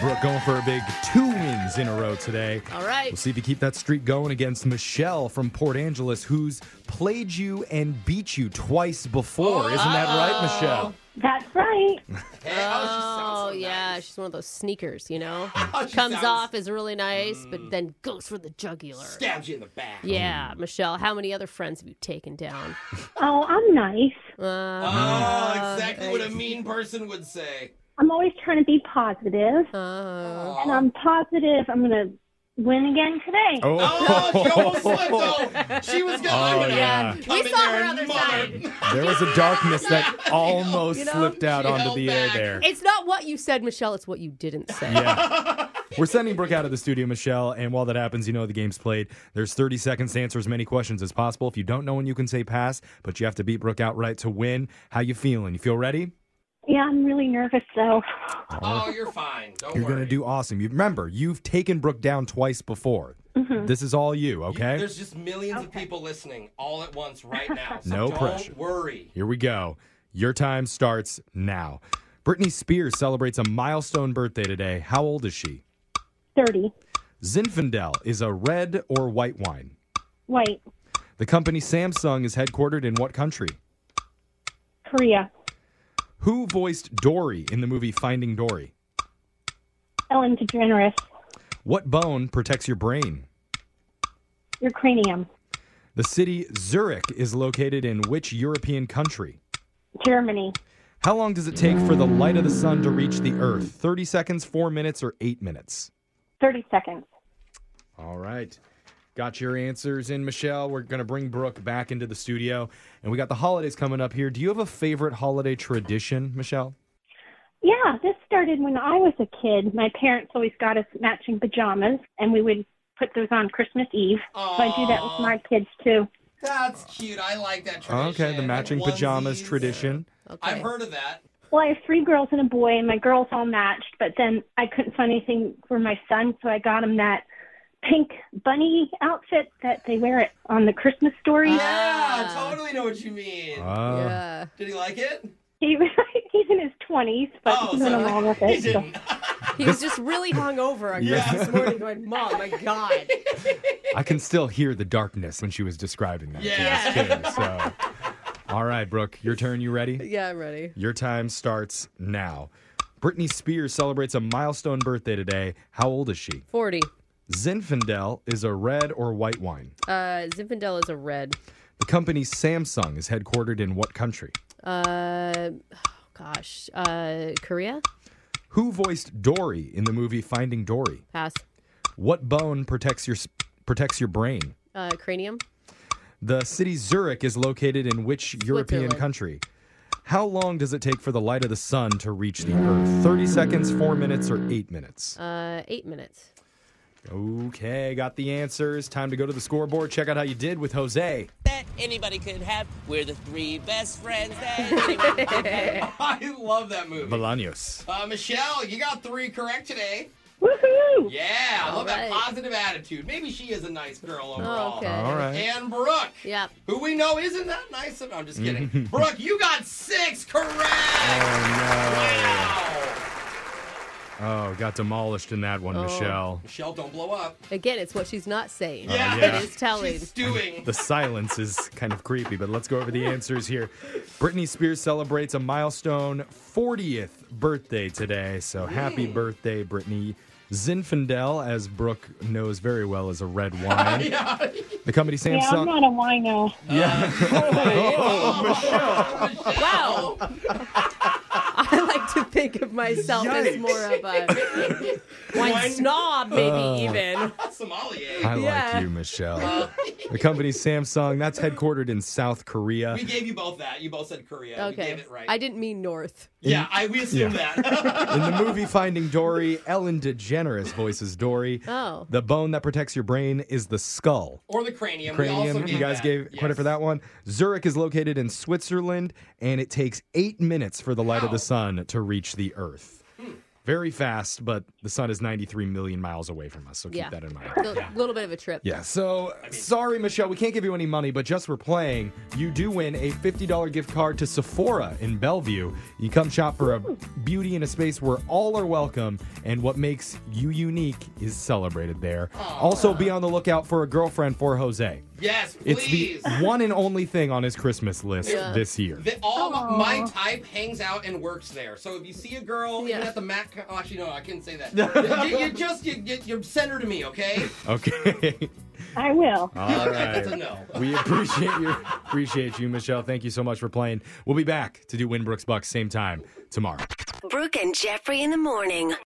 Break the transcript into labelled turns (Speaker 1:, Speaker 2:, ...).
Speaker 1: Brooke going for a big two wins in a row today.
Speaker 2: All right.
Speaker 1: We'll see if you keep that streak going against Michelle from Port Angeles, who's played you and beat you twice before. Isn't that right, Michelle?
Speaker 3: That's right.
Speaker 2: Oh, yeah, she's one of those sneakers, you know?
Speaker 1: Oh,
Speaker 2: Comes off is really nice, but
Speaker 1: Mm.
Speaker 2: then goes for the jugular.
Speaker 4: Stabs you in the back.
Speaker 2: Yeah, Michelle, how many other friends have you taken down?
Speaker 3: Oh, I'm nice.
Speaker 2: Uh,
Speaker 4: Oh, exactly what a mean person would say.
Speaker 3: I'm always trying to be positive,
Speaker 2: uh,
Speaker 3: and I'm positive I'm gonna win again today.
Speaker 4: Oh, she almost slipped though. She was going.
Speaker 1: Oh,
Speaker 4: I'm gonna
Speaker 1: yeah.
Speaker 4: come
Speaker 2: We
Speaker 4: in
Speaker 2: saw
Speaker 4: there
Speaker 2: her
Speaker 4: and
Speaker 2: other
Speaker 4: mother-
Speaker 2: side.
Speaker 1: There was a darkness that almost
Speaker 2: You know,
Speaker 1: slipped out
Speaker 4: she
Speaker 1: onto
Speaker 4: held
Speaker 1: the air
Speaker 4: back.
Speaker 1: there.
Speaker 2: It's not what you said, Michelle, it's what you didn't say.
Speaker 1: We're sending Brooke out of the studio, Michelle, and while that happens, you know the game's played. There's 30 seconds to answer as many questions as possible. If you don't know when you can say pass, but you have to beat Brooke outright to win. How you feeling? You feel ready?
Speaker 3: Yeah, I'm really nervous though.
Speaker 4: Oh, you're fine. Don't
Speaker 1: You're
Speaker 4: worry.
Speaker 1: gonna do awesome. You remember, you've taken Brooke down twice before. This is all you, okay?
Speaker 4: There's just millions of people listening all at once right now. So
Speaker 1: No
Speaker 4: don't
Speaker 1: pressure.
Speaker 4: worry.
Speaker 1: Here we go. Your time starts now. Britney Spears celebrates a milestone birthday today. How old is she?
Speaker 3: Thirty.
Speaker 1: Zinfandel is a red or white wine.
Speaker 3: Wait,
Speaker 1: The company Samsung is headquartered in what country?
Speaker 3: Korea.
Speaker 1: Who voiced Dory in the movie Finding Dory?
Speaker 3: Ellen DeGeneres.
Speaker 1: What bone protects your brain?
Speaker 3: Your cranium.
Speaker 1: The city Zurich is located in which European country?
Speaker 3: Germany.
Speaker 1: How long does it take for the light of the sun to reach the earth? 30 seconds, 4 minutes, or 8 minutes?
Speaker 3: Thirty seconds.
Speaker 1: All right. Got your answers in, Michelle. We're going to bring Brooke back into the studio. And we got the holidays coming up here. Do you have a favorite holiday tradition, Michelle?
Speaker 3: Yeah, this started when I was a kid. My parents always got us matching pajamas, and we would put those on Christmas Eve. So I do that with my kids too.
Speaker 4: That's cute. I like that tradition.
Speaker 1: Okay, the matching
Speaker 4: Like
Speaker 1: pajamas
Speaker 4: onesies. Oh,
Speaker 1: tradition.
Speaker 4: I've heard of that.
Speaker 3: Well, I have three girls and a boy, and my girls all matched, but then I couldn't find anything for my son, so I got him that pink bunny outfit that they wear it on the Christmas story.
Speaker 4: Ah.
Speaker 2: Ah.
Speaker 4: Yeah, totally know what you mean.
Speaker 1: Oh.
Speaker 2: Yeah.
Speaker 4: Did he like it?
Speaker 3: He he's in his twenties, but
Speaker 4: Oh,
Speaker 3: he went
Speaker 4: so
Speaker 3: along with
Speaker 4: He
Speaker 3: it. so-
Speaker 4: didn't.
Speaker 2: Uh, He was just really hungover on
Speaker 1: Yeah.
Speaker 2: Christmas morning going, Mom, my God.
Speaker 1: I can still hear the darkness when she was describing that.
Speaker 4: Yeah.
Speaker 1: to us too, so. All right, Brooke, your turn. You ready?
Speaker 2: Yeah, I'm ready.
Speaker 1: Your time starts now. Britney Spears celebrates a milestone birthday today. How old is she?
Speaker 2: 40.
Speaker 1: Zinfandel is a red or white wine.
Speaker 2: Uh, Zinfandel is a red.
Speaker 1: The company Samsung is headquartered in what country?
Speaker 2: Uh, oh gosh. Uh, Korea?
Speaker 1: Who voiced Dory in the movie Finding Dory?
Speaker 2: Pass.
Speaker 1: What bone protects your sp- protects your brain?
Speaker 2: Uh, cranium?
Speaker 1: The city Zurich is located in which European
Speaker 2: Switzerland.
Speaker 1: country? How long does it take for the light of the sun to reach the earth? 30 seconds, 4 minutes or 8 minutes?
Speaker 2: Uh, eight minutes.
Speaker 1: Okay, got the answers. Time to go to the scoreboard. Check out how you did with Jose.
Speaker 5: that anybody could have. We're the three best friends that anyone could have.
Speaker 4: I love that movie.
Speaker 1: Bolaños.
Speaker 4: Uh, Michelle, you got three correct today.
Speaker 3: Woohoo!
Speaker 4: Yeah, I love that
Speaker 2: right.
Speaker 4: positive attitude. Maybe she is a nice girl overall.
Speaker 2: Oh, okay.
Speaker 1: All right.
Speaker 4: And Brooke,
Speaker 2: Yeah.
Speaker 4: who we know isn't that nice. No, I'm just kidding. Brooke, you got six correct. Wow.
Speaker 1: Oh, got demolished in that one, Michelle.
Speaker 4: Michelle, don't blow up.
Speaker 2: Again, it's what she's not saying.
Speaker 1: Oh, Yeah.
Speaker 2: It is telling.
Speaker 4: She's stewing.
Speaker 1: The silence is kind of creepy, but let's go over the answers here. Britney Spears celebrates a milestone 40th birthday today. So happy birthday, Britney. Zinfandel, as Brooke knows very well, is a red wine.
Speaker 4: yeah.
Speaker 1: The company
Speaker 3: Yeah, I'm
Speaker 1: Samsung.
Speaker 3: not a wino.
Speaker 2: Wow. I like to think of myself as
Speaker 1: Yikes.
Speaker 2: more of a wine snob, maybe even.
Speaker 4: Somalia.
Speaker 1: I
Speaker 2: Yeah.
Speaker 1: like you, Michelle. The company Samsung, that's headquartered in South Korea.
Speaker 4: We gave you both that. You both said Korea. We
Speaker 2: Okay.
Speaker 4: gave it right.
Speaker 2: I didn't mean north.
Speaker 4: yeah, I, we assumed that.
Speaker 1: In the movie Finding Dory, Ellen DeGeneres voices Dory.
Speaker 2: Oh.
Speaker 1: The bone that protects your brain is the skull.
Speaker 4: or the cranium. We also
Speaker 1: cranium. You
Speaker 4: gave
Speaker 1: guys
Speaker 4: that.
Speaker 1: gave credit
Speaker 4: Yes.
Speaker 1: for that one. Zurich is located in
Speaker 4: Hmm.
Speaker 1: Switzerland, and it takes eight minutes for the light of the sun to reach the Earth. very fast, but the sun is 93 million miles away from us. So keep
Speaker 2: Yeah.
Speaker 1: that in mind.
Speaker 2: A little bit of a trip.
Speaker 1: Yeah, so sorry, Michelle, we can't give you any money, but just for playing, you do win a $50 gift card to Sephora in Bellevue. You come shop for a beauty in a space where all are welcome, and what makes you unique is celebrated there. Also, be on the lookout for a girlfriend for Jose.
Speaker 4: Yes,
Speaker 1: It's
Speaker 4: please.
Speaker 1: the one and only thing on his Christmas list
Speaker 2: Yeah.
Speaker 1: this year.
Speaker 4: The, all my, my type hangs out and works there. So if you see a girl,
Speaker 2: Yeah.
Speaker 4: even at the Mac, oh, actually no, I can't say that. you, you- you just you, you, you send her to me, okay?
Speaker 1: Okay.
Speaker 3: I will.
Speaker 1: All right.
Speaker 4: That's a no.
Speaker 1: We appreciate you. Appreciate you, Michelle. Thank you so much for playing. We'll be back to do Winbrook's Bucks same time tomorrow.
Speaker 6: Brooke and Jeffrey in the morning.